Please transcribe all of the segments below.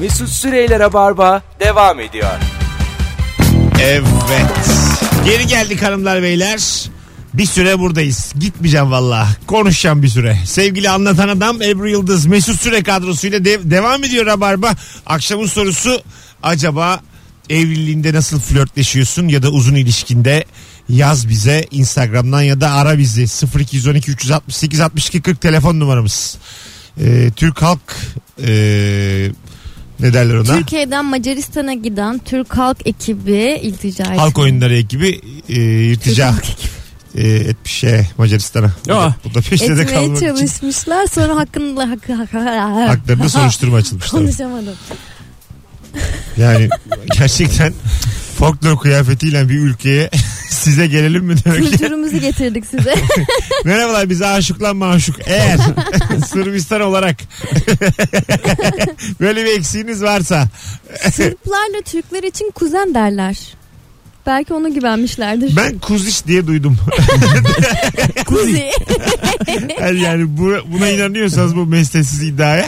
Mesut Süreyler'e barba devam ediyor. Evet. Geri geldik hanımlar beyler. Bir süre buradayız. Gitmeyeceğim valla. Konuşacağım bir süre. Sevgili anlatan adam Ebru Yıldız Mesut Süre kadrosuyla de- devam ediyor Rabarba. Akşamın sorusu acaba evliliğinde nasıl flörtleşiyorsun ya da uzun ilişkinde yaz bize Instagram'dan ya da ara bizi 0212 368 62 40 telefon numaramız. Ee, Türk Halk ee, ne derler ona? Türkiye'den Macaristan'a giden Türk Halk ekibi iltica etti. Halk oyunları ekibi e, irtica e, etmiş şey Macaristan'a. Bu da- Aa. Bu da peşte de etmeye kalmak için çalışmışlar. Sonra hakkında hakkı haklarında soruşturma açılmış tabii. Konuşamadım. Yani gerçekten folklor kıyafetiyle bir ülkeye size gelelim mi demek ki. Kültürümüzü getirdik size. Merhabalar biz aşıklan maşuk. Eğer Sırbistan olarak böyle bir eksiğiniz varsa Sırplarla Türkler için kuzen derler. Belki ona güvenmişlerdir. ben kuziş diye duydum. Kuzi. Yani, yani bu- buna inanıyorsanız bu mesleksiz iddiaya.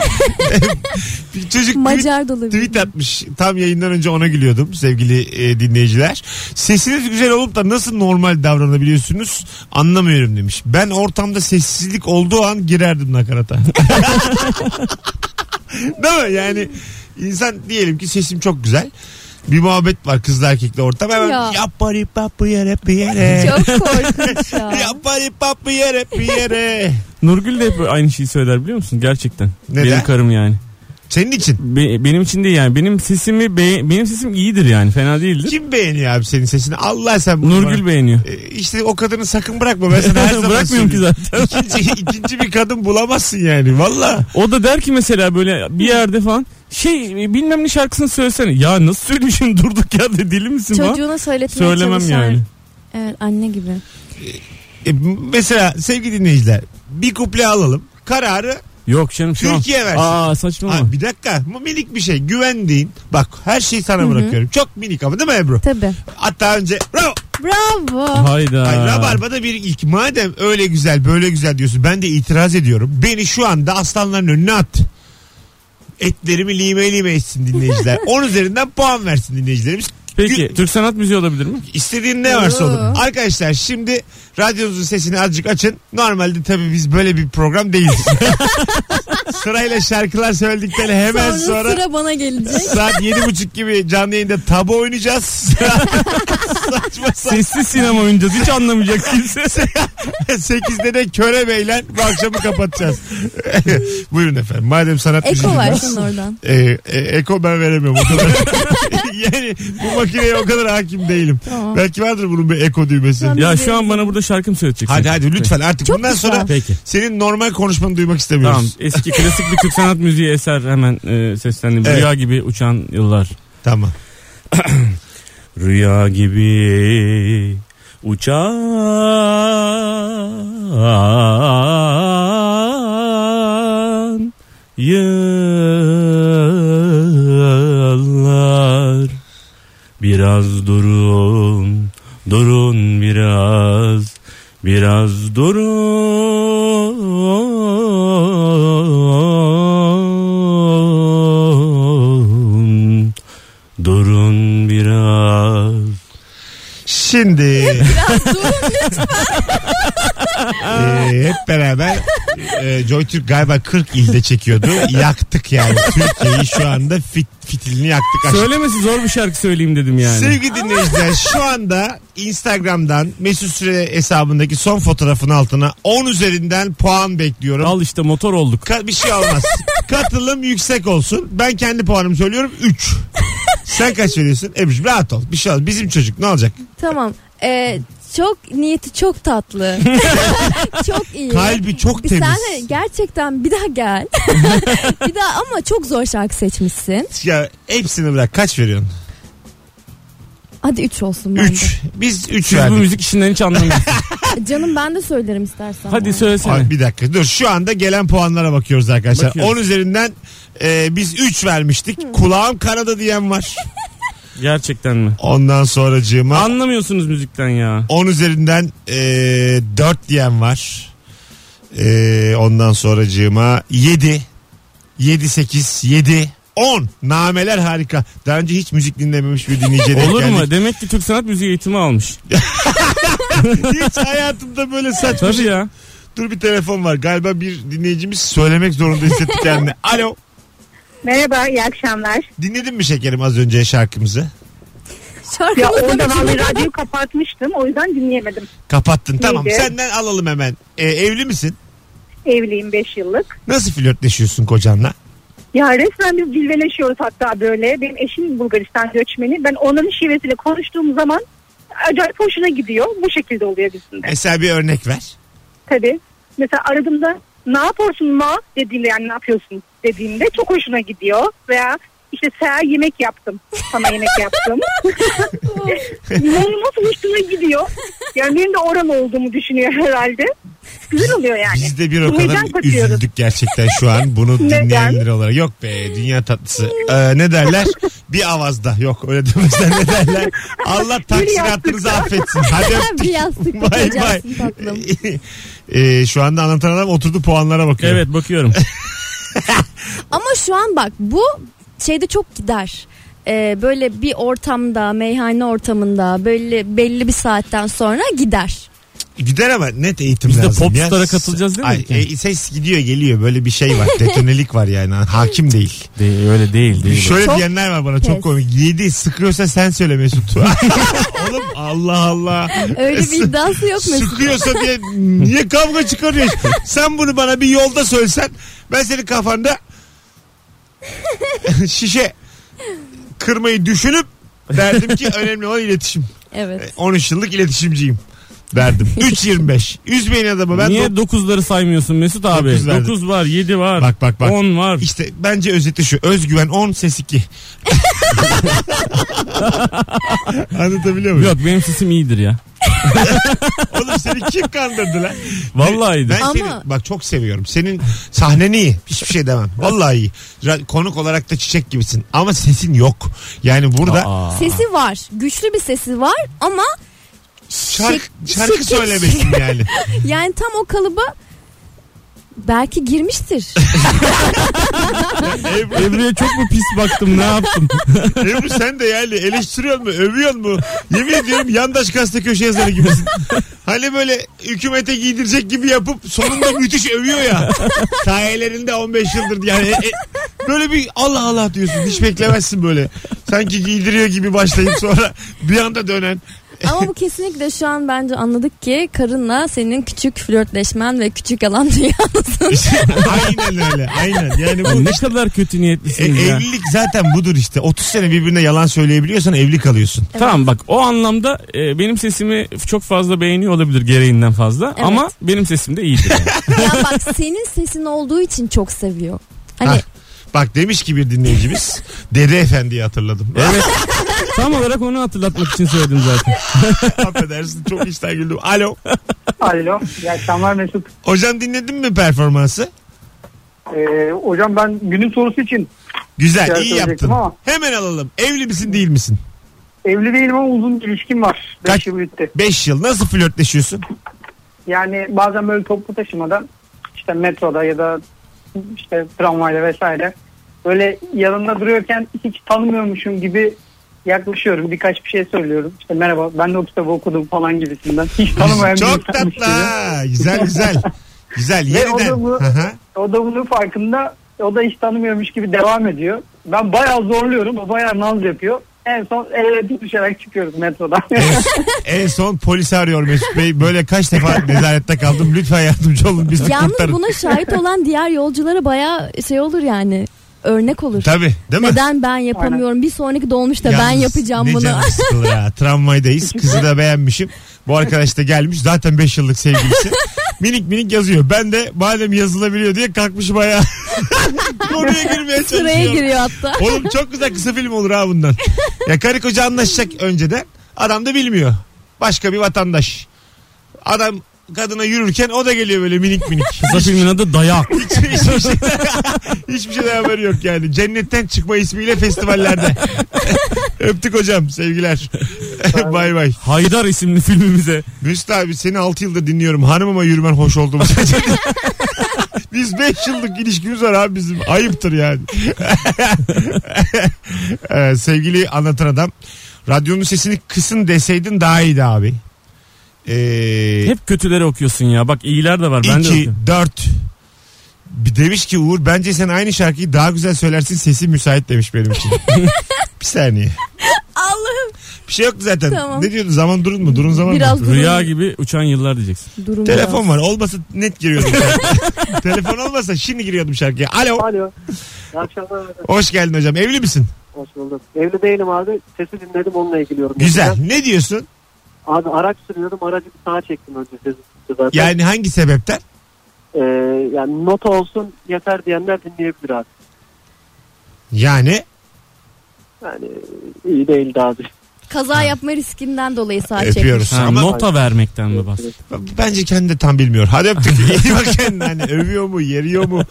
Bir Çocuk tweet Macar da olabilir. tweet atmış. Tam yayından önce ona gülüyordum sevgili e, dinleyiciler. Sesiniz güzel olup da nasıl normal davranabiliyorsunuz anlamıyorum demiş. Ben ortamda sessizlik olduğu an girerdim nakarata. Değil mi? Yani insan diyelim ki sesim çok güzel. Bir muhabbet var kızla erkekle ortam. Hemen Ya. yapari papı yere bir yere. Çok korkunç ya. Yapari papı yere bir yere. Nurgül de hep aynı şeyi söyler biliyor musun gerçekten. Neden? Benim karım yani. Senin için. Be- benim için değil yani. Benim sesimi be- benim sesim iyidir yani. Fena değildir. Kim beğeniyor abi senin sesini? Allah sen bunu bana- Nurgül beğeniyor. E, İşte o kadını sakın bırakma. Ben sana her zaman Bırakmıyorum ki söylüyorum. zaten. İkinci, ikinci bir kadın bulamazsın yani valla. O da der ki mesela böyle bir yerde falan şey e, bilmem ne şarkısını söylesene. Ya nasıl söylemişim durduk ya de deli misin falan. Çocuğuna söyletmeye Söylemem çalışan. yani. Evet anne gibi. E, mesela sevgili dinleyiciler bir kuple alalım. Kararı Yok canım şu an. Türkiye versin. Aa saçmalama. Ha, bir dakika bu minik bir şey güvendiğin bak her şeyi sana bırakıyorum. Çok minik ama değil mi Ebru? Tabii. Hatta önce bravo. Bravo. Hayda. Ay, Rabarba'da bir ilk madem öyle güzel böyle güzel diyorsun ben de itiraz ediyorum. Beni şu anda aslanların önüne at. Etlerimi lime lime etsin dinleyiciler. 10 üzerinden puan versin dinleyicilerimiz. Peki Türk sanat müziği olabilir mi? İstediğin ne varsa Oo. olur. Arkadaşlar şimdi radyonuzun sesini azıcık açın. Normalde tabii biz böyle bir program değiliz. Sırayla şarkılar söyledikten hemen Sonra, sonra, sıra bana gelecek. saat yedi buçuk gibi canlı yayında tabu oynayacağız. Saçma Sessiz sinema oynayacağız. Hiç anlamayacak kimse. sapan. Sekizde de köre beyler bu akşamı kapatacağız. Buyurun efendim. Madem sanat Eko müziği var var. sen oradan. Ee, e, eko ben veremiyorum. O kadar. yani bu makineye o kadar hakim değilim. Tamam. Belki vardır bunun bir eko düğmesi. Tamam. ya şu an bana burada şarkım söyleyeceksin. Hadi hadi lütfen artık Çok bundan güzel. sonra Peki. senin normal konuşmanı duymak istemiyoruz. Tamam Tamam. eski klasik bir Türk sanat müziği eser hemen e, seslendim. Evet. Rüya gibi uçan yıllar. Rüya gibi uçan yıllar biraz durun durun biraz biraz durun Durun biraz. Şimdi Ee, hep beraber e, Joy Türk galiba 40 ilde çekiyordu. yaktık yani Türkiye'yi şu anda fit, fitilini yaktık. aşkım. Söylemesi zor bir şarkı söyleyeyim dedim yani. Sevgili dinleyiciler şu anda Instagram'dan Mesut Süre hesabındaki son fotoğrafın altına 10 üzerinden puan bekliyorum. Al işte motor olduk. Ka- bir şey olmaz. Katılım yüksek olsun. Ben kendi puanımı söylüyorum 3. Sen kaç veriyorsun? Ebru'cum rahat ol. Bir şey olmaz. Bizim çocuk ne olacak? Tamam. Ee, çok niyeti çok tatlı. çok iyi. Kalbi çok Bir temiz. sen de gerçekten bir daha gel. bir daha ama çok zor şarkı seçmişsin. Ya hepsini bırak. Kaç veriyorsun? Hadi 3 olsun bence. 3. Biz 3 Siz bu verdik. müzik işinden hiç anlamıyorsunuz. Canım ben de söylerim istersen. Hadi söylesene. Ay, bir dakika dur şu anda gelen puanlara bakıyoruz arkadaşlar. Bakıyoruz. 10 üzerinden e, biz 3 vermiştik. Kulağım karada diyen var. Gerçekten mi? Ondan sonracığıma Anlamıyorsunuz müzikten ya. 10 üzerinden e, 4 diyen var. E, ondan sonracığıma 7. 7 8 7 10. Nameler harika. Daha önce hiç müzik dinlememiş bir dinleyiciye denk Olur mu? geldik. Demek ki Türk sanat müziği eğitimi almış. Hiç hayatımda böyle saçma Tabii şey. ya. Dur bir telefon var. Galiba bir dinleyicimiz söylemek zorunda hissetti kendini. Alo. Merhaba, iyi akşamlar. Dinledin mi şekerim az önce şarkımızı? Ya Şarkımız orada vallahi radyoyu kapatmıştım. O yüzden dinleyemedim. Kapattın. Tamam Neydi? senden alalım hemen. Ee, evli misin? Evliyim 5 yıllık. Nasıl flörtleşiyorsun kocanla? Ya resmen biz cilveleşiyoruz hatta böyle. Benim eşim Bulgaristan göçmeni. Ben onun şivesiyle konuştuğum zaman acayip hoşuna gidiyor. Bu şekilde oluyor bizim de. Mesela bir örnek ver. Tabii. Mesela aradığımda ne yapıyorsun ma dediğimde yani ne yapıyorsun dediğimde çok hoşuna gidiyor. Veya işte sen yemek yaptım. Sana yemek yaptım. Mumumuz hoşuna gidiyor. Yani benim de oran olduğumu düşünüyor herhalde. Güzel oluyor yani. Biz de bir o Heyecan kadar katıyoruz. üzüldük gerçekten şu an bunu dinleyenler olarak. Yok be dünya tatlısı. Ee, ne derler? Bir avazda. Yok öyle demezler ne derler? Allah taksiratınızı affetsin. Hadi öptük. Bir yastık Bay bay. tutacaksın tatlım. Ee, şu anda anlatan adam oturdu puanlara bakıyor. Evet bakıyorum. Ama şu an bak bu şeyde çok gider. Ee, böyle bir ortamda meyhane ortamında böyle belli bir saatten sonra gider. Gider ama net eğitim Biz de lazım. popstar'a ya. katılacağız değil mi? Ay, e, ses gidiyor geliyor böyle bir şey var. Detonelik var yani. Hakim değil. Değil, öyle değil değil. Şöyle Çok diyenler var bana çok pes. komik. 7 sıkıyorsa sen söyle Mesut. Oğlum Allah Allah. Öyle bir iddiası yok mesela. Sıkıyorsa diye niye kavga çıkarıyorsun? sen bunu bana bir yolda söylesen ben senin kafanda şişe kırmayı düşünüp derdim ki önemli olan iletişim. Evet. 13 yıllık iletişimciyim derdim. 3.25. Üzmeyin adamı ben Niye do- 9'ları saymıyorsun Mesut abi? Dokuz verdim. 9 var, 7 var, Bak, bak, bak. 10 var. İşte bence özeti şu. Özgüven 10 ses 2. Anlatabiliyor muyum? Yok benim sesim iyidir ya. Oğlum seni kim kandırdı lan? Vallahi iyidir. Ben seni Ama- bak çok seviyorum. Senin sahnen iyi. Hiçbir şey demem. Vallahi iyi. Ra- Konuk olarak da çiçek gibisin. Ama sesin yok. Yani burada Aa. Sesi var. Güçlü bir sesi var ama şark- şek- şarkı şekil- söylemesin yani. Yani tam o kalıba belki girmiştir. Ebru, Ebru'ya çok mu pis baktım ne yaptım? Ebru sen de yani eleştiriyor mu? Övüyor mu? Yemin ediyorum yandaş gazete köşe yazarı gibisin. Hani böyle hükümete giydirecek gibi yapıp sonunda müthiş övüyor ya. Sayelerinde 15 yıldır yani. e- e- böyle bir Allah Allah diyorsun. Hiç beklemezsin böyle. Sanki giydiriyor gibi başlayıp sonra bir anda dönen. ama bu kesinlikle şu an bence anladık ki karınla senin küçük flörtleşmen ve küçük yalan dünyasın. aynen öyle. Aynen. Yani bu ne kadar kötü e- niyetlisiniz ya. evlilik zaten budur işte. 30 sene birbirine yalan söyleyebiliyorsan evli kalıyorsun. Tamam bak o anlamda e, benim sesimi çok fazla beğeniyor olabilir gereğinden fazla Evet. ama benim sesim de iyidir. yani. ya bak senin sesin olduğu için çok seviyor. Hani Hah. Bak demiş ki bir dinleyicimiz. Dede Efendi'yi hatırladım. evet. Tam olarak onu hatırlatmak için söyledim zaten. Affedersin çok işten güldüm. Alo. Alo, iyi akşamlar Mesut. Hocam dinledin mi performansı? Ee, hocam ben günün sorusu için Güzel Ya, iyi söyleyecektim yaptın. ama. Hemen alalım. Evli misin değil misin? evli değilim ama uzun bir ilişkim var. Beş Kaç? yıl bitti. 5 yıl nasıl flörtleşiyorsun? Yani bazen böyle toplu taşımada işte metroda ya da işte tramvayla vesaire böyle yanında duruyorken hiç tanımıyormuşum gibi yaklaşıyorum. Birkaç bir şey söylüyorum. İşte merhaba ben de o kitabı okudum falan gibisinden. Hiç tanımayan bir Çok insanmış tatlı. gibi. ha. Güzel güzel. Güzel Ve o da yeniden. bu- Hı hı. O da bunun farkında. O da hiç tanımıyormuş gibi devam ediyor. Ben bayağı zorluyorum. O bayağı naz yapıyor. En son el ele tutuşarak çıkıyoruz metrodan. en son polisi arıyor Mesut Bey. Böyle kaç defa nezarette kaldım. Lütfen yardımcı olun bizi yalnız kurtarın. buna şahit olan diğer yolculara baya şey olur yani örnek olur. Tabii değil mi? Neden ben yapamıyorum? Bir sonraki dolmuşta ben Yalnız yapacağım ne bunu. canım sıkılır ha. Tramvaydayız. Kızı da beğenmişim. Bu arkadaş da gelmiş. Zaten 5 yıllık sevgilisi. Minik minik yazıyor. Ben de madem yazılabiliyor diye kalkmışım ayağa. Konuya girmeye çalışıyorum. Sıraya giriyor hatta. Oğlum çok güzel kısa film olur ha bundan. Ya karı koca anlaşacak önceden. Adam da bilmiyor. Başka bir vatandaş. Adam kadına yürürken o da geliyor böyle minik minik. Kısa filmin adı Dayak. Hiçbir şeyden, hiçbir şeyden haberi yok yani. Cennetten çıkma ismiyle festivallerde. Öptük hocam sevgiler. bay bay. Haydar isimli filmimize. Müst abi seni 6 yıldır dinliyorum. Hanımıma yürümen hoş oldu mu? Biz 5 yıllık ilişkimiz var abi bizim. Ayıptır yani. Ee, sevgili anlatan adam. Radyonun sesini kısın deseydin daha iyiydi abi. Ee, Hep kötüleri okuyorsun ya. Bak iyiler de var. Ben de 2, okuyorum. 4. E, Bir demiş ki Uğur bence sen aynı şarkıyı daha güzel söylersin sesi müsait demiş benim için. bir saniye. Allah'ım. Bir şey yok zaten. Tamam. Ne diyordun zaman durun mu? Durun zaman Biraz mı? durun. Rüya gibi uçan yıllar diyeceksin. Durum Telefon var. Olmasa net giriyordum. şarkıya. Telefon olmasa şimdi giriyordum şarkıya. Alo. Alo. İyi akşamlar. Hoş geldin hocam. Evli misin? Hoş bulduk. Evli değilim abi. Sesi dinledim onunla ilgiliyorum. Güzel. Ne diyorsun? Abi araç sürüyordum. Aracı bir sağa çektim önce sesi zaten. Yani hangi sebepten? Ee, yani not olsun yeter diyenler dinleyebilir abi. Yani Yani iyi değildi abi. Kaza yapma riskinden dolayı saat çekmiş. öpüyoruz. Ha, Ama nota vermekten mi bas? bence kendi de tam bilmiyor. Hadi öptük. İyi bak kendine. Hani övüyor mu, yeriyor mu?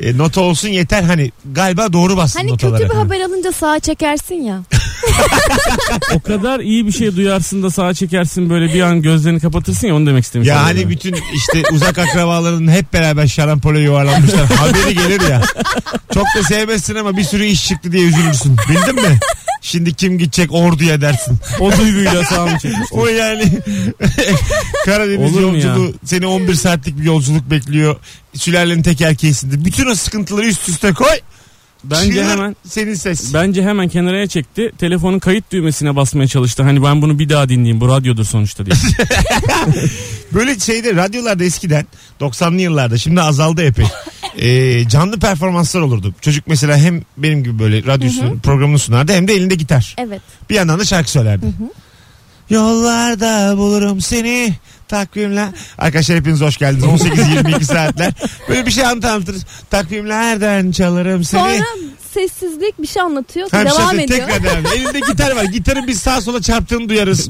E, nota olsun yeter. Hani galiba doğru bassın Hani notalara. kötü bir haber alınca sağa çekersin ya. O kadar iyi bir şey duyarsın da sağa çekersin böyle bir an gözlerini kapatırsın ya onu demek istemiştim. Ya hani bütün işte uzak akrabaların hep beraber şarampole yuvarlanmışlar. Haberi gelir ya. Çok da sevmezsin ama bir sürü iş çıktı diye üzülürsün. Bildin mi? Şimdi kim gidecek orduya dersin. O duyguyla sağa mı çekmiştin? O yani Karadeniz Olur mu yolculuğu seni 11 saatlik bir yolculuk bekliyor. Sülalenin tek erkeğisinde. Bütün o sıkıntıları üst üste koy. Bence Çığır hemen- senin ses. Bence hemen kenaraya çekti. Telefonun kayıt düğmesine basmaya çalıştı. Hani ben bunu bir daha dinleyeyim. Bu radyodur sonuçta diye. Böyle şeyde radyolarda eskiden 90'lı yıllarda şimdi azaldı epey. Ee, canlı performanslar olurdu. Çocuk mesela hem benim gibi böyle radyosunu programını sunardı hem de elinde gitar. Evet. Bir yandan da şarkı söylerdi. Yollarda bulurum seni takvimler. Arkadaşlar hepiniz hoş geldiniz. 18-22 saatler. Böyle bir şey anlatır anlatır. Takvimlerden çalarım seni. Sonra sessizlik bir şey anlatıyor. Ha, bir şey devam söyle, ediyor. Tekrar devam. Elinde gitar var. Gitarın bir sağa sola çarptığını duyarız.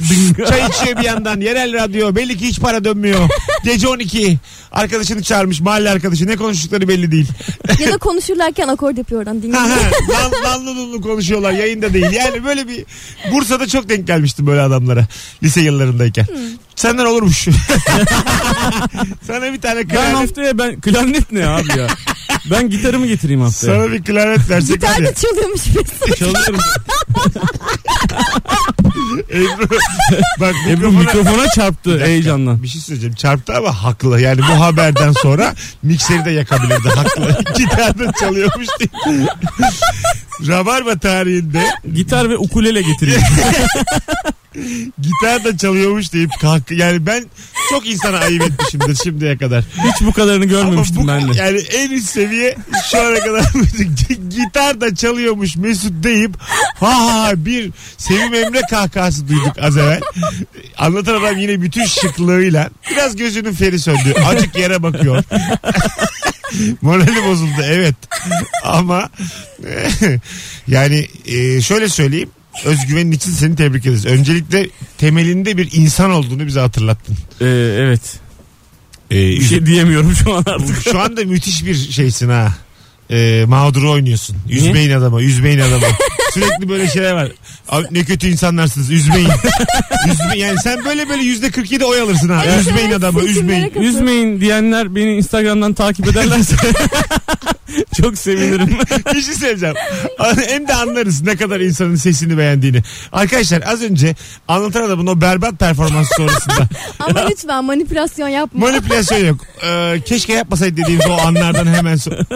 Çay içiyor bir yandan. Yerel radyo. Belli ki hiç para dönmüyor. Gece 12. Arkadaşını çağırmış. Mahalle arkadaşı. Ne konuştukları belli değil. ya da konuşurlarken akord yapıyor oradan Ha, dinliyor. ha. Lan- Lanlı lunlu konuşuyorlar. Yayında değil. Yani böyle bir Bursa'da çok denk gelmiştim böyle adamlara. Lise yıllarındayken. Senden olurmuş. Sana bir tane ben klarnet. haftaya ben klarnet ne abi ya? Ben gitarımı getireyim haftaya. Sana bir klarnet versek Gitar var ya. da çalıyormuş birisi. Çalıyorum. Ebru, bak Ebru mikrofona- mikrofona çarptı heyecandan. Bir şey söyleyeceğim. Çarptı ama haklı. Yani bu haberden sonra mikseri de yakabilirdi. Haklı. Gitarda çalıyormuş diye. Rabarba tarihinde Gitar ve ukulele getireyim. gitarda çalıyormuş deyip kalk yani ben çok insana ayıp etmişimdir şimdiye kadar. Hiç bu kadarını görmemiştim ben de. yani en üst seviye şu ana kadar gitarda çalıyormuş Mesut deyip ha ha bir Sevim Emre kahkahası duyduk az evvel. Anlatan adam yine bütün şıklığıyla biraz gözünün feri söndü. Acık yere bakıyor. Morali bozuldu evet. Ama yani e, şöyle söyleyeyim. Özgüvenin için seni tebrik ederiz. Öncelikle temelinde bir insan olduğunu bize hatırlattın. Ee, evet. E, Bir şey diyemiyorum şu an artık. şu anda müthiş bir şeysin ha. Ee, mağduru oynuyorsun. Üzmeyin adama, üzmeyin adama. Sürekli böyle şeyler var. Abi ne kötü insanlarsınız, üzmeyin. üzmeyin. Yani sen böyle böyle yüzde 47 oy alırsın ha. Evet, üzmeyin evet, adamı, seçimlere üzmeyin. katıl- Üzmeyin diyenler beni Instagram'dan takip ederlerse çok sevinirim. Bir şey söyleyeceğim. Hem de anlarız ne kadar insanın sesini beğendiğini. Arkadaşlar az önce anlatan adamın o berbat performans sonrasında Ama lütfen manipülasyon yapma. Manipülasyon yok. Ee, keşke yapmasaydı dediğimiz o anlardan hemen sonra.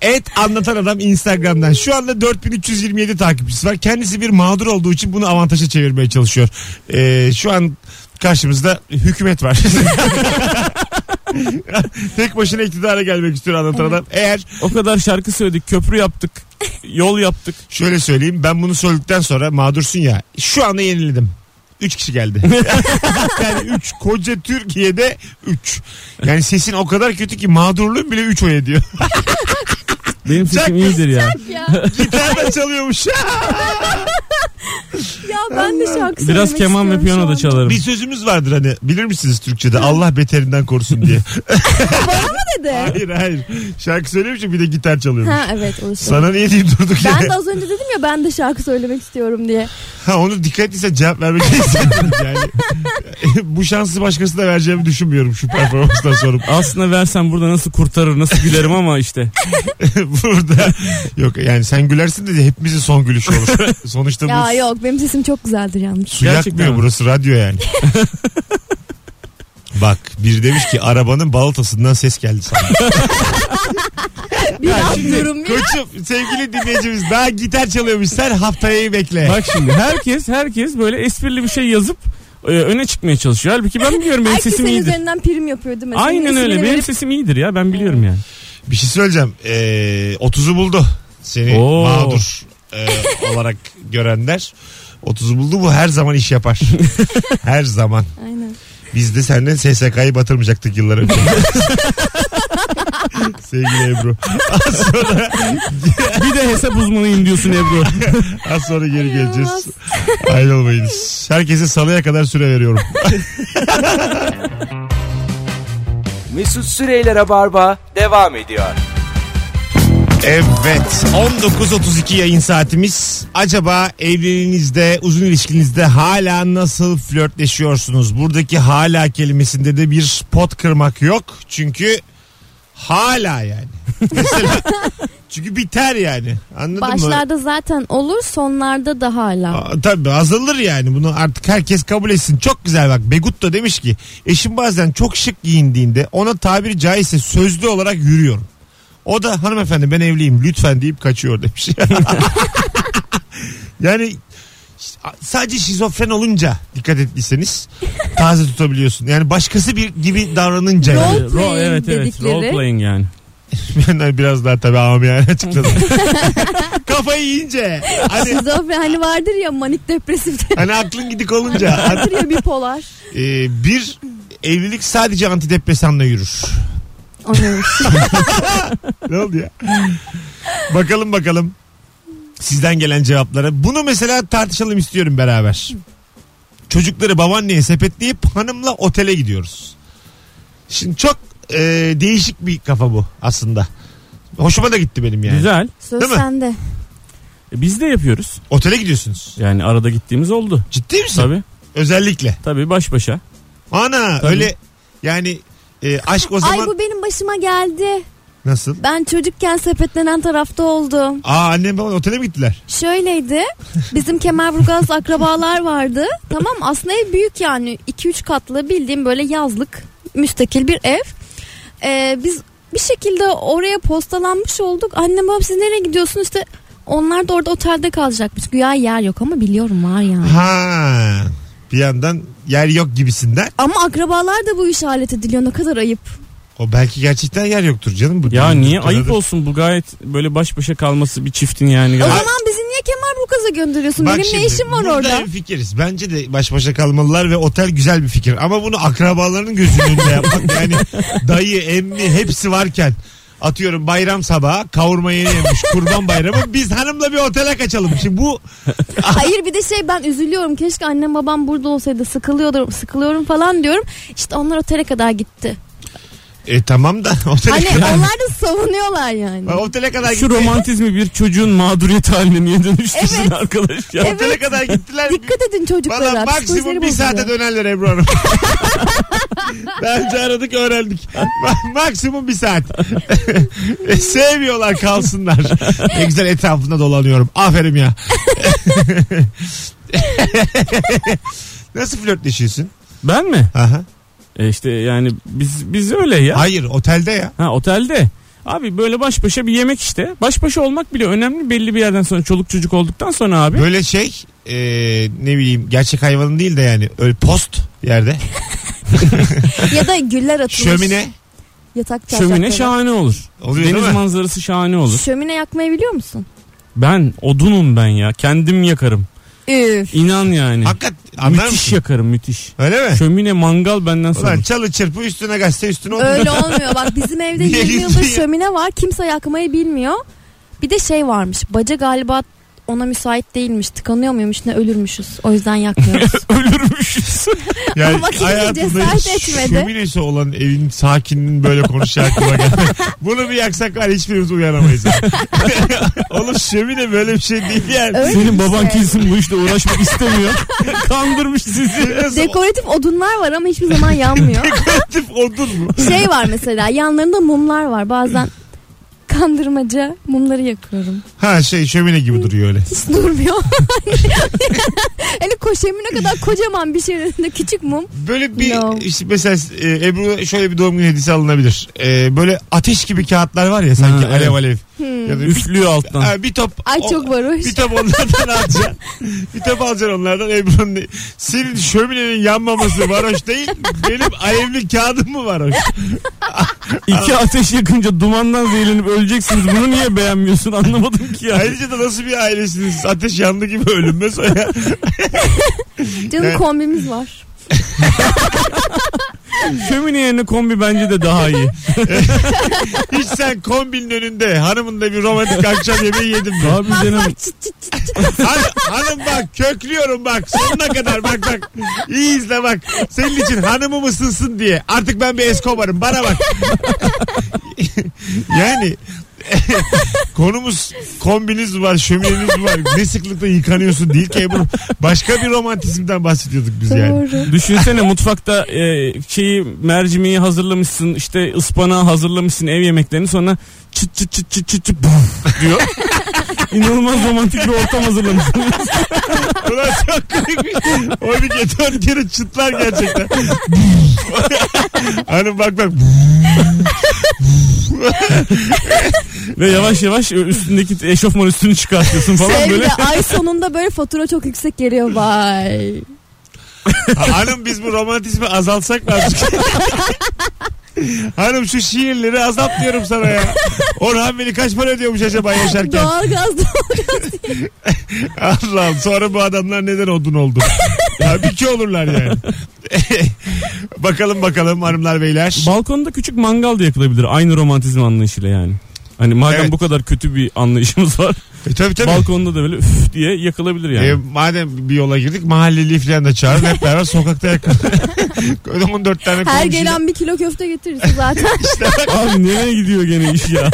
Et anlatan adam Instagram'dan. Şu anda 4327 takipçisi var. Kendisi bir mağdur olduğu için bunu avantaja çevirmeye çalışıyor. Ee, şu an karşımızda hükümet var. Tek başına iktidara gelmek istiyor anlatan adam. Eğer O kadar şarkı söyledik, köprü yaptık, yol yaptık. şöyle söyleyeyim ben bunu söyledikten sonra mağdursun ya. Şu anda yenildim. 3 kişi geldi. yani 3 koca Türkiye'de 3. Yani sesin o kadar kötü ki mağdurluğun bile 3 oy ediyor. Benim sesim iyidir ya. ya, Gitar da çalıyormuş. ya ben de şarkı Biraz söylemek keman ve istiyorum şey şu piyano da anda. çalarım. Bir sözümüz vardır hani bilir misiniz Türkçe'de Allah beterinden korusun diye. Dedi. hayır hayır. Şarkı söylemiş bir de gitar çalıyormuş. Ha evet o şey. Sana şey- niye diyeyim durduk Ben yere? de az önce dedim ya ben de şarkı söylemek istiyorum diye. Ha onu dikkat ise cevap vermek istedim yani. e, bu şansı başkasına vereceğimi düşünmüyorum şu performanstan sonra. Aslında versen burada nasıl kurtarır nasıl gülerim ama işte. Burada yok yani sen gülersin de hepimizin son gülüşü olur. Sonuçta bu Ya yok benim sesim çok güzeldir yalnız. Su Gerçekten yakmıyor mi? burası radyo yani. Bak bir demiş ki arabanın balatasından ses geldi sana. Biraz durum ya. Koçum sevgili dinleyicimiz daha gitar çalıyormuş sen haftayı bekle. Bak şimdi herkes herkes böyle esprili bir şey yazıp e, öne çıkmaya çalışıyor. Halbuki ben biliyorum benim Herkes sesim senin iyidir. üzerinden prim yapıyor değil mi? Senin Aynen ismini öyle. Benim verip- sesim iyidir ya. Ben biliyorum yani. Bir şey söyleyeceğim. Ee, 30'u buldu seni Oo. mağdur e, olarak görenler. 30'u buldu bu her zaman iş yapar. her zaman. Aynen. Biz de senden SSK'yı batırmayacaktık yıllar önce. Sevgili Ebru. Az sonra, Bir de hesap uzmanıyım diyorsun Ebru. az sonra geri geleceğiz. Yılmaz. Ayrılmayınız. Herkese salıya kadar süre veriyorum. Mesut Süreyler'e barba devam ediyor. Evet 19.32 yayın saatimiz. Acaba evliliğinizde uzun ilişkinizde hala nasıl flörtleşiyorsunuz? Buradaki hala kelimesinde de bir pot kırmak yok. Çünkü hala yani. Mesela, çünkü biter yani. Anladın mı? Başlarda zaten olur sonlarda da hala. Aa, Tabii azalır yani bunu artık herkes kabul etsin. Çok güzel bak Begut da demiş ki eşim bazen çok şık giyindiğinde ona tabiri caizse sözlü olarak yürüyorum. O da hanımefendi ben evliyim lütfen deyip kaçıyor demiş. yani sadece şizofren olunca dikkat ettiyseniz taze tutabiliyorsun. Yani başkası bir gibi davranınca yani. Role playing evet evet. dedikleri. Role playing yani. Ben biraz daha tabii amiyane açıkladım. Kafayı yiyince. Hani, Şizofren hani vardır ya manik depresif de- hani aklın gidik olunca. hani vardır ya bipolar. Ee, bir evlilik sadece antidepresanla yürür. O neymiş? Ne oldu ya? bakalım bakalım sizden gelen cevaplara. Bunu mesela tartışalım istiyorum beraber. Çocukları babaanneye sepetleyip hanımla otele gidiyoruz. Şimdi çok e, değişik bir kafa bu aslında. Hoşuma da gitti benim yani. Güzel. Söz Değil mi? sende. E, Biz de yapıyoruz. Otele gidiyorsunuz. Yani arada gittiğimiz oldu. Ciddi Şey. misin? Tabii. Özellikle. Tabii baş başa. Ana Tabii. öyle yani e, aşk o zaman Ay bu benim başıma geldi. nasıl? Ben çocukken sepetlenen tarafta oldum. Aa annem baban otele mi gittiler? Şöyleydi. Bizim Kemerburgaz akrabalar vardı. Tamam aslında ev büyük yani. 2-3 katlı bildiğim böyle yazlık müstakil bir ev. Ee, biz bir şekilde oraya postalanmış olduk. Annem babam siz nereye gidiyorsunuz işte. Onlar da orada otelde kalacakmış. Güya yer yok ama biliyorum var yani. Ha. Bir yandan yer yok gibisinden. Ama akrabalar da bu işe alet ediliyor. Ne kadar ayıp. O belki gerçekten yer yoktur canım. Bu Ya düğün niye tutkanadır. ayıp olsun bu gayet böyle baş başa kalması bir çiftin yani. O Gayet- zaman bizi niye Kemerburgaz'a gönderiyorsun? Bak Benim şimdi, ne işim var burada orada? en fikiriz. Bence de baş başa kalmalılar ve otel güzel bir fikir. Ama bunu akrabalarının gözünün önünde yapmak. Yani dayı, emmi hepsi varken atıyorum bayram sabahı kavurma yeni yemiş kurban bayramı biz hanımla bir otele kaçalım. Şimdi bu Hayır bir de şey ben üzülüyorum. Keşke annem babam burada olsaydı. Sıkılıyordum, sıkılıyorum falan diyorum. İşte onlar otele kadar gitti. e, tamam da otele, Hani kadar, onlar da savunuyorlar yani. otele kadar Şu gitti- romantizmi bir çocuğun mağduriyet haline niye dönüştürsün Evet. arkadaş ya? Otele kadar gittiler. Dikkat edin çocuklara. Valla psikolojileri maksimum bir bozuluyor. saate dönerler Ebru Hanım. Daha önce aradık öğrendik. Ma- maksimum bir saat. Sevmiyorlar kalsınlar. Ne güzel etrafında dolanıyorum. Aferin ya. Nasıl flörtleşiyorsun? Ben mi? Aha. E işte yani biz biz öyle ya. Hayır otelde ya. Ha otelde. Abi böyle baş başa bir yemek işte. Baş başa olmak bile önemli belli bir yerden sonra çoluk çocuk olduktan sonra abi. Böyle şey e, ne bileyim gerçek hayvanın değil de yani öyle post yerde. Ya da güller atılır. Şömine Yatak şömine çarşaflara. şahane olur. oluyor değil Deniz mi? manzarası şahane olur. Şömine yakmayı biliyor musun? Ben odunum ben ya. Kendim yakarım. Üf. İnan yani. Hakikat anlar müthiş mısın? yakarım müthiş. Öyle mi? Şömine mangal benden sonra. Ulan çalı çırpı üstüne gazete üstüne odun. Öyle olmuyor. Bak bizim evde Niye 20 yıldır gidiyor? şömine var. Kimse yakmayı bilmiyor. Bir de şey varmış. Baca galiba ona müsait değilmiş. Tıkanıyor muymuş ne ölürmüşüz. O yüzden yakmıyoruz. Ölürmüşüz. Yani Ama kimse hayatımda cesaret hiç etmedi. şöminesi olan evin sakininin böyle konuşacağı aklıma geldi. Bunu bir yaksak var hiçbirimiz uyanamayız. Oğlum şömine böyle bir şey değil yani. Öyle Senin bir baban şey. kimsin bu işle uğraşmak istemiyor. Kandırmış sizi. Dekoratif odunlar var ama hiçbir zaman yanmıyor. Dekoratif odun mu? şey var mesela yanlarında mumlar var. Bazen kandırmaca mumları yakıyorum. Ha şey şömine gibi duruyor öyle. Hiç durmuyor. Hani koşemine kadar kocaman bir şeyin önünde küçük mum. Böyle bir No. işte mesela e, Ebru şöyle bir doğum günü hediyesi alınabilir. E, böyle ateş gibi kağıtlar var ya sanki Ha, evet. alev alev. Hmm. Ya da bir, Üflüyor alttan. Ha, bir top Ay o- çok varoş. Bir top onlardan alacaksın. Bir top alacaksın onlardan. Ebru'nun ne- senin şöminenin yanmaması varoş değil. Benim alevli kağıdım mı varoş? İki ateş yakınca dumandan zehirlenip öleceksiniz. Bunu niye beğenmiyorsun anlamadım ki ya. Ayrıca da nasıl bir ailesiniz? Ateş yandı gibi ölünmez o ya. Canım Evet. kombimiz var. Şömine yerine kombi bence de daha iyi. Hiç sen kombinin önünde hanımınla bir romantik akşam yemeği yedim mi? Abi canım. Çıt çıt çıt. Hanım, hanım bak köklüyorum bak sonuna kadar bak bak. İyi izle bak. Senin için hanımım ısınsın diye. Artık ben bir eskobarım bana bak. yani konumuz kombiniz var şömineniz var. Ne sıklıkla yıkanıyorsun değil ki bu. Başka bir romantizmden bahsediyorduk biz yani. Doğru. Düşünsene mutfakta e, şeyi mercimeği hazırlamışsın işte ıspanağı hazırlamışsın ev yemeklerini sonra çıt çıt çıt çıt çıt çıt buf diyor. İnanılmaz romantik bir ortam hazırlamışsın. Ulan çok komikmiş. O bir kere on kere çıtlar gerçekten. hanım bak bak. Ve yavaş yavaş e, üstündeki eşofman üstünü çıkartıyorsun falan Sevgili böyle. ay sonunda böyle fatura çok yüksek geliyor vay. Ha, Hanım biz bu romantizmi azaltsak mı azıcık? Hanım şu şiirleri azalt diyorum sana ya. Orhan beni kaç para ödüyormuş acaba yaşarken? Doğalgaz Allah'ım sonra bu adamlar neden odun oldu? Tabii ki olurlar yani. bakalım bakalım hanımlar beyler. Balkonda küçük mangal da yakılabilir aynı romantizm anlayışıyla yani. Hani madem Evet. bu kadar kötü bir anlayışımız var E, tabii tabii. balkonda da böyle üf diye yakılabilir yani. E, madem bir yola girdik mahalleli falan da çağırın hep beraber sokakta yakın. 14 tane Her komşuyla- gelen bir kilo köfte getirirsin zaten. Abi nereye gidiyor gene iş ya?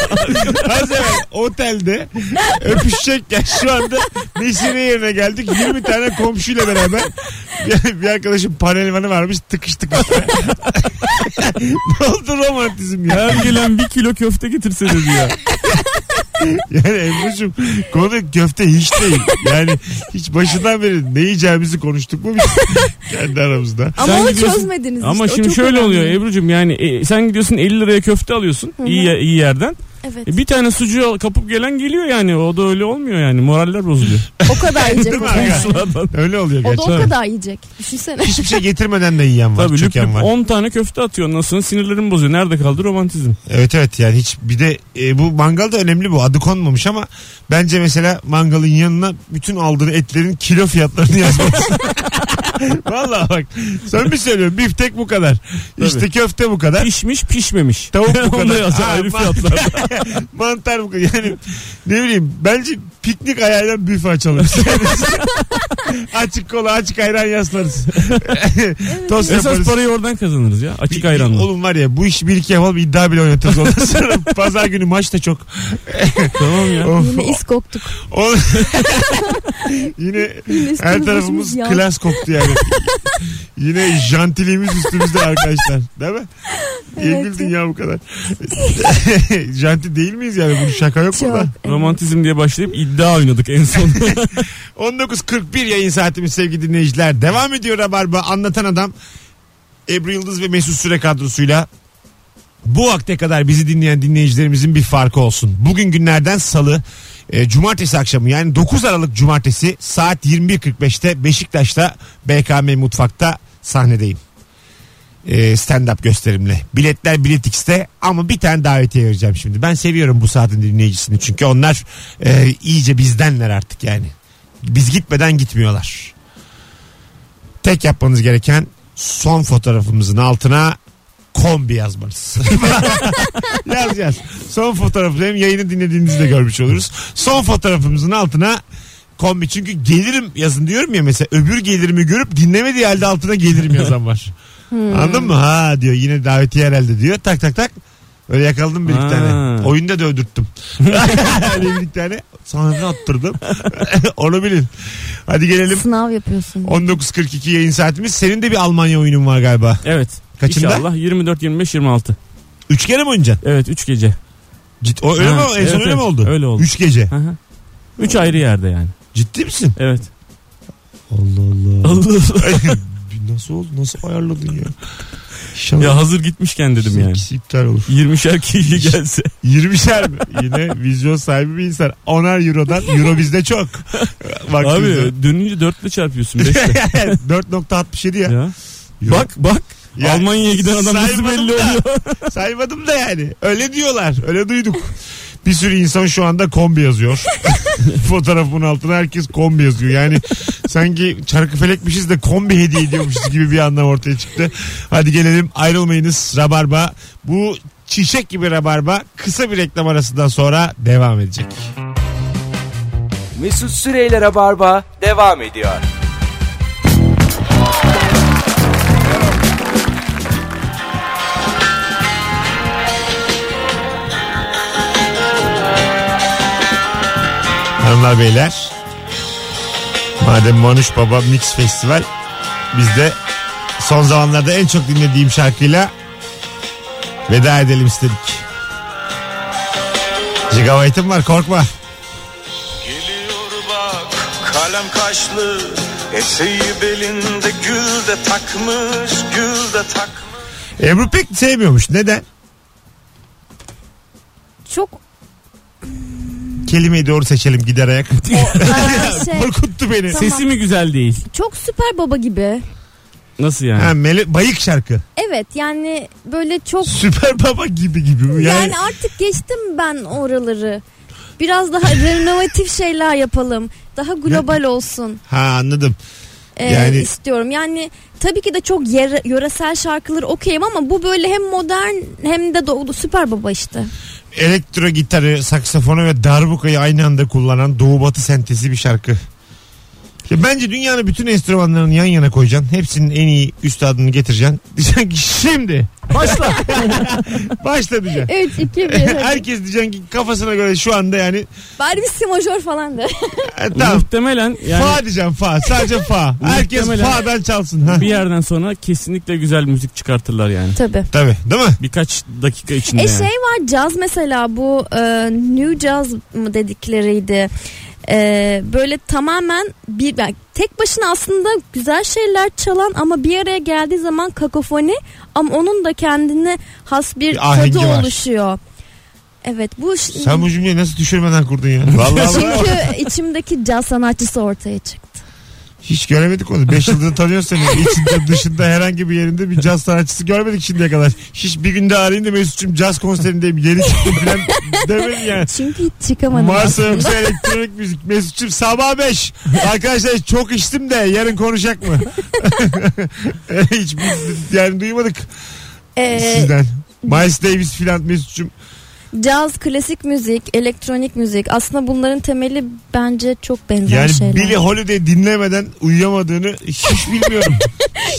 Az evvel otelde öpüşecekken şu anda Nesine yerine geldik. 20 tane komşuyla beraber bir, bir arkadaşım panelmanı varmış tıkış tıkış. ne oldu romantizm ya? Her gelen bir kilo köfte getirse dedi ya. Yani Ebru'cum konu köfte hiç değil. Yani hiç başından beri ne yiyeceğimizi konuştuk mu biz kendi aramızda. Ama Sen onu gidiyorsun- çözmediniz işte. Ama O şimdi çok şöyle önemli. oluyor Ebru'cum yani e, sen gidiyorsun 50 liraya köfte alıyorsun hı. iyi, ye- iyi yerden. Evet. E, bir tane sucuğu al- kapıp gelen geliyor yani o da öyle olmuyor yani moraller bozuluyor. O kadar yiyecek. Değil mi o. aga? Komşulardan. Öyle oluyor O da o gerçekten. kadar yiyecek. Düşünsene. Hiçbir şey getirmeden de yiyen var. Tabii lüp çöken lüp var. 10 tane köfte atıyor ondan sonra sinirlerim bozuyor. Nerede kaldı romantizm? Evet evet yani hiç bir de e, bu mangal da önemli bu adı konmamış ama bence mesela mangalın yanına bütün aldığı etlerin kilo fiyatlarını yazmalısın. Valla bak sen mi söylüyorsun biftek bu kadar işte köfte bu kadar Pişmiş pişmemiş. Tavuk bu Onu da kadar. yazar Ha, ayrı man- fiyatlar. mantar bu kadar yani ne bileyim bence piknik ayağıyla büfe açalım. açık kola açık ayran yaslarız. Tost Esas yaparız. parayı oradan kazanırız ya açık Bir- ayranla. Oğlum var ya bu iş bir iki yapalım iddia bile oynatırız ondan sonra. Pazar günü maç da çok. tamam ya. Of, Yine is koktuk. O- Yine Yine üstümüz her tarafımız başımız yağ. klas koktu yani. Yine jantiliğimiz üstümüzde arkadaşlar. Değil mi? Niye Evet. güldün ya bu kadar? Janti değil miyiz yani? Bu şaka yok Çok. burada. Romantizm diye başlayıp iddia oynadık en son. 19.41 yayın saatimiz sevgili dinleyiciler. Devam ediyor Rabarba. Anlatan Adam Ebru Yıldız ve Mesut Süre kadrosuyla bu vakte kadar bizi dinleyen dinleyicilerimizin bir farkı olsun. Bugün günlerden salı e, cumartesi akşamı yani 9 Aralık cumartesi saat 21.45'te Beşiktaş'ta BKM Mutfak'ta sahnedeyim. E, stand-up gösterimle. Biletler Bilet X'te ama bir tane davetiye vereceğim şimdi. Ben seviyorum bu saatin dinleyicisini çünkü onlar e, iyice bizdenler artık yani. Biz gitmeden gitmiyorlar. Tek yapmanız gereken son fotoğrafımızın altına kombi yazmanız. yaz yaz. Son fotoğrafı hem yayını dinlediğinizi de görmüş oluruz. Son fotoğrafımızın altına kombi. Çünkü gelirim yazın diyorum ya mesela öbür gelirimi görüp dinlemediği halde altına gelirim yazan var. Anladın mı? Ha diyor yine davetiye herhalde diyor. Tak tak tak. Öyle yakaladım bir iki Ha. tane. Oyunda da öldürttüm. Öyle bir iki tane. Sonra da attırdım. Onu bilin. Hadi gelelim. Sınav yapıyorsun. 19.42 yayın saatimiz. Senin de bir Almanya oyunun var galiba. Evet. Kaçında? İnşallah 24, 25, 26. Üç kere mi oynayacaksın? Evet 3 gece. Cid- o, öyle Ha, mi? En evet, son öyle mi evet. oldu? Öyle oldu. Üç gece. 3 ayrı yerde yani. Ciddi misin? Evet. Allah Allah. Allah Allah. nasıl oldu? Nasıl ayarladın ya? Şans. ya hazır gitmişken dedim yani. İkisi iptal olur. 20'şer kişi gelse. 20'şer mi? Yine vizyon sahibi bir insan. 10'ar eurodan. Euro bizde çok. Bak Abi dönünce 4 çarpıyorsun 5 4.67 ya. ya. Euro. Bak bak. Ya, Almanya'ya giden adam nasıl saymadım belli da. oluyor? Saymadım da yani. Öyle diyorlar. Öyle duyduk. Bir sürü insan şu anda kombi yazıyor. Fotoğrafın altına herkes kombi yazıyor. Yani sanki çarkıfelekmişiz de kombi hediye ediyormuşuz gibi bir anlam ortaya çıktı. Hadi gelelim ayrılmayınız Rabarba. Bu çiçek gibi Rabarba kısa bir reklam arasından sonra devam edecek. Mesut Süreyler'e barba devam ediyor. Hanımlar beyler. Madem Manuş Baba Mix Festival biz de son zamanlarda en çok dinlediğim şarkıyla veda edelim istedik. Gigabyte'ım var korkma. Geliyor bak kalem kaşlı Eteği belinde gül de takmış gül de takmış Ebru pek sevmiyormuş. Neden? Çok Kelimeyi doğru seçelim gider ayak. Aa, şey, Korkuttu beni. Tamam. Sesi mi güzel değil? çok süper baba gibi. Nasıl yani? Ha, mele, bayık şarkı. Evet yani böyle çok Süper baba gibi gibi mi? yani, Yani, artık geçtim ben oraları. Biraz daha renovatif şeyler yapalım. Daha global olsun Ha anladım. e, Yani- istiyorum. Yani tabii ki de çok yere- yöresel şarkıları okuyayım ama bu böyle hem modern hem de doğulu süper baba işte. Elektro gitarı, saksafonu ve darbukayı aynı anda kullanan Doğu Batı sentezi bir şarkı. Ya bence dünyanın bütün enstrümanlarını yan yana koyacaksın. Hepsinin en iyi üstadını getireceksin. Diyeceksin ki şimdi başla. başla diyeceksin. 3, 2, 1. Herkes diyeceksin ki kafasına göre şu anda yani. Bari bir si majör falan da. e, tamam. Muhtemelen yani Fa diyeceğim fa. Sadece fa. Herkes Muhtemelen- fa'dan çalsın. Ha. bir yerden sonra kesinlikle güzel müzik çıkartırlar yani. Tabii. Tabii değil mi? Birkaç dakika içinde. E yani. şey var caz mesela bu e, new caz mı dedikleriydi. E, böyle tamamen bir yani tek başına aslında güzel şeyler çalan ama bir araya geldiği zaman kakofoni ama onun da kendine has bir, Bir ahengi tadı var. oluşuyor. Evet bu ş- Sen bu cümleyi nasıl düşürmeden kurdun ya? Vallahi bravo. çünkü içimdeki caz sanatçısı ortaya çıktı. Hiç göremedik onu. 5 yıldır tanıyoruz seni. İçinde dışında herhangi bir yerinde bir caz sanatçısı görmedik şimdiye kadar. Hiç bir günde arayın da Mesut'cum caz konserindeyim yeni çıktım falan demedim yani. Çünkü hiç çıkamadım. Varsa aslında. yoksa elektronik müzik. Mesut'cum sabah 5. Arkadaşlar çok içtim de yarın konuşacak mı? Hiç biz yani duymadık E, sizden. Miles Davis filan Mesut'cum. caz, klasik müzik, elektronik müzik aslında bunların temeli bence çok benzer Yani şeyler. Billie Holiday dinlemeden uyuyamadığını hiç bilmiyorum.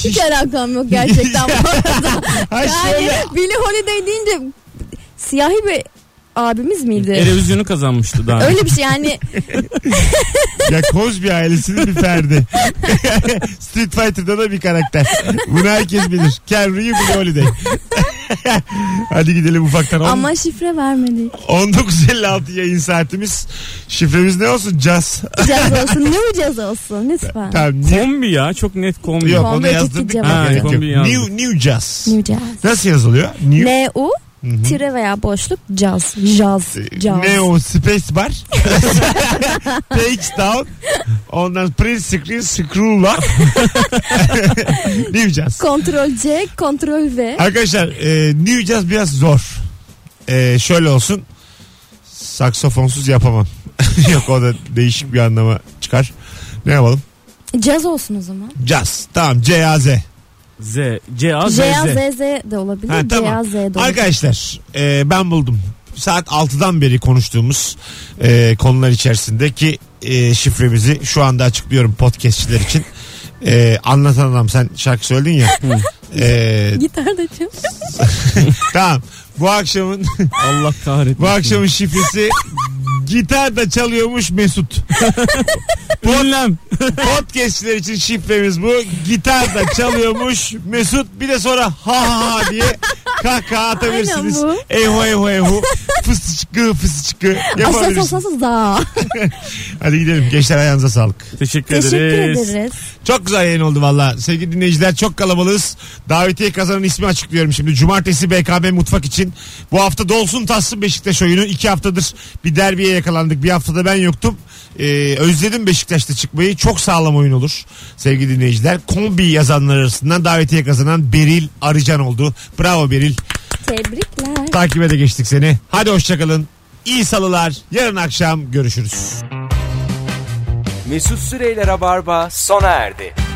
Hiç alakam yok gerçekten. Ha yani şöyle Billie Holiday deyince siyahi bir abimiz miydi? Erevizyonu kazanmıştı daha. Öyle bir şey yani Ya Cosby ailesinin bir ferdi. Street Fighter'da da bir karakter. Bunu herkes bilir. Kenry'yi Billie Holiday. Hadi gidelim ufaktan. On- ama şifre vermedi. 19.56 yayın saatimiz. Şifremiz ne olsun? Caz. Caz olsun new caz olsun lütfen. Tamam. New- Kombi ya çok net kombi. Yok Kombi onu yazdırdık. gitti Ha, cevap. gerek yok. Kombi yazdık. New, new Jazz. New caz. Nasıl yazılıyor? New. N U tire veya boşluk caz caz caz. E, Ne o space bar? Page down. Ondan print screen scroll lock. New Jazz. Kontrol C, kontrol V. Arkadaşlar e, New Jazz biraz zor. E, şöyle olsun. Saksofonsuz yapamam. Yok o da değişik bir anlama çıkar. Ne yapalım? Caz olsun o zaman. Jazz. Tamam C-A-Z. Z, C, A, Z, J A Z. Z Z de olabilir. Ha, C A tamam. Z de olabilir. Arkadaşlar e, ben buldum. saat 6'dan beri konuştuğumuz e, konular içerisindeki e, şifremizi şu anda açıklıyorum podcastçiler için. E, anlatan adam sen şarkı söyledin ya. E, Gitar da çalıyor. tamam. Bu akşamın Allah kahretmesin. bu akşamın şifresi gitar da çalıyormuş Mesut. Ünlem. Podcastçiler için şifremiz bu. Gitar da çalıyormuş Mesut. Bir de sonra ha ha ha diye kahkaha atabilirsiniz. Aynen Eyhu eyhu eyhu. Fıstıçkı fıstıçkı Asas yapabilirsiniz. asas da. Hadi gidelim. Gençler ayağınıza sağlık. Teşekkür ederiz. Teşekkür ederiz. Çok güzel yayın oldu valla. Sevgili dinleyiciler çok kalabalığız. Davetiye kazanan ismi açıklıyorum şimdi. Cumartesi BKB Mutfak için. Bu hafta dolsun tatsın Beşiktaş oyunu. İki haftadır bir derbiye yakalandık. Bir haftada ben yoktum. Ee, özledim Beşiktaş'ta çıkmayı. Çok sağlam oyun olur sevgili dinleyiciler. Kombi yazanlar arasından davetiye kazanan Beril Arıcan oldu. Bravo Beril. Tebrikler. Takibe de geçtik seni. Hadi hoşçakalın. İyi salılar. Yarın akşam görüşürüz. Mesut Süreyler'e barba sona erdi.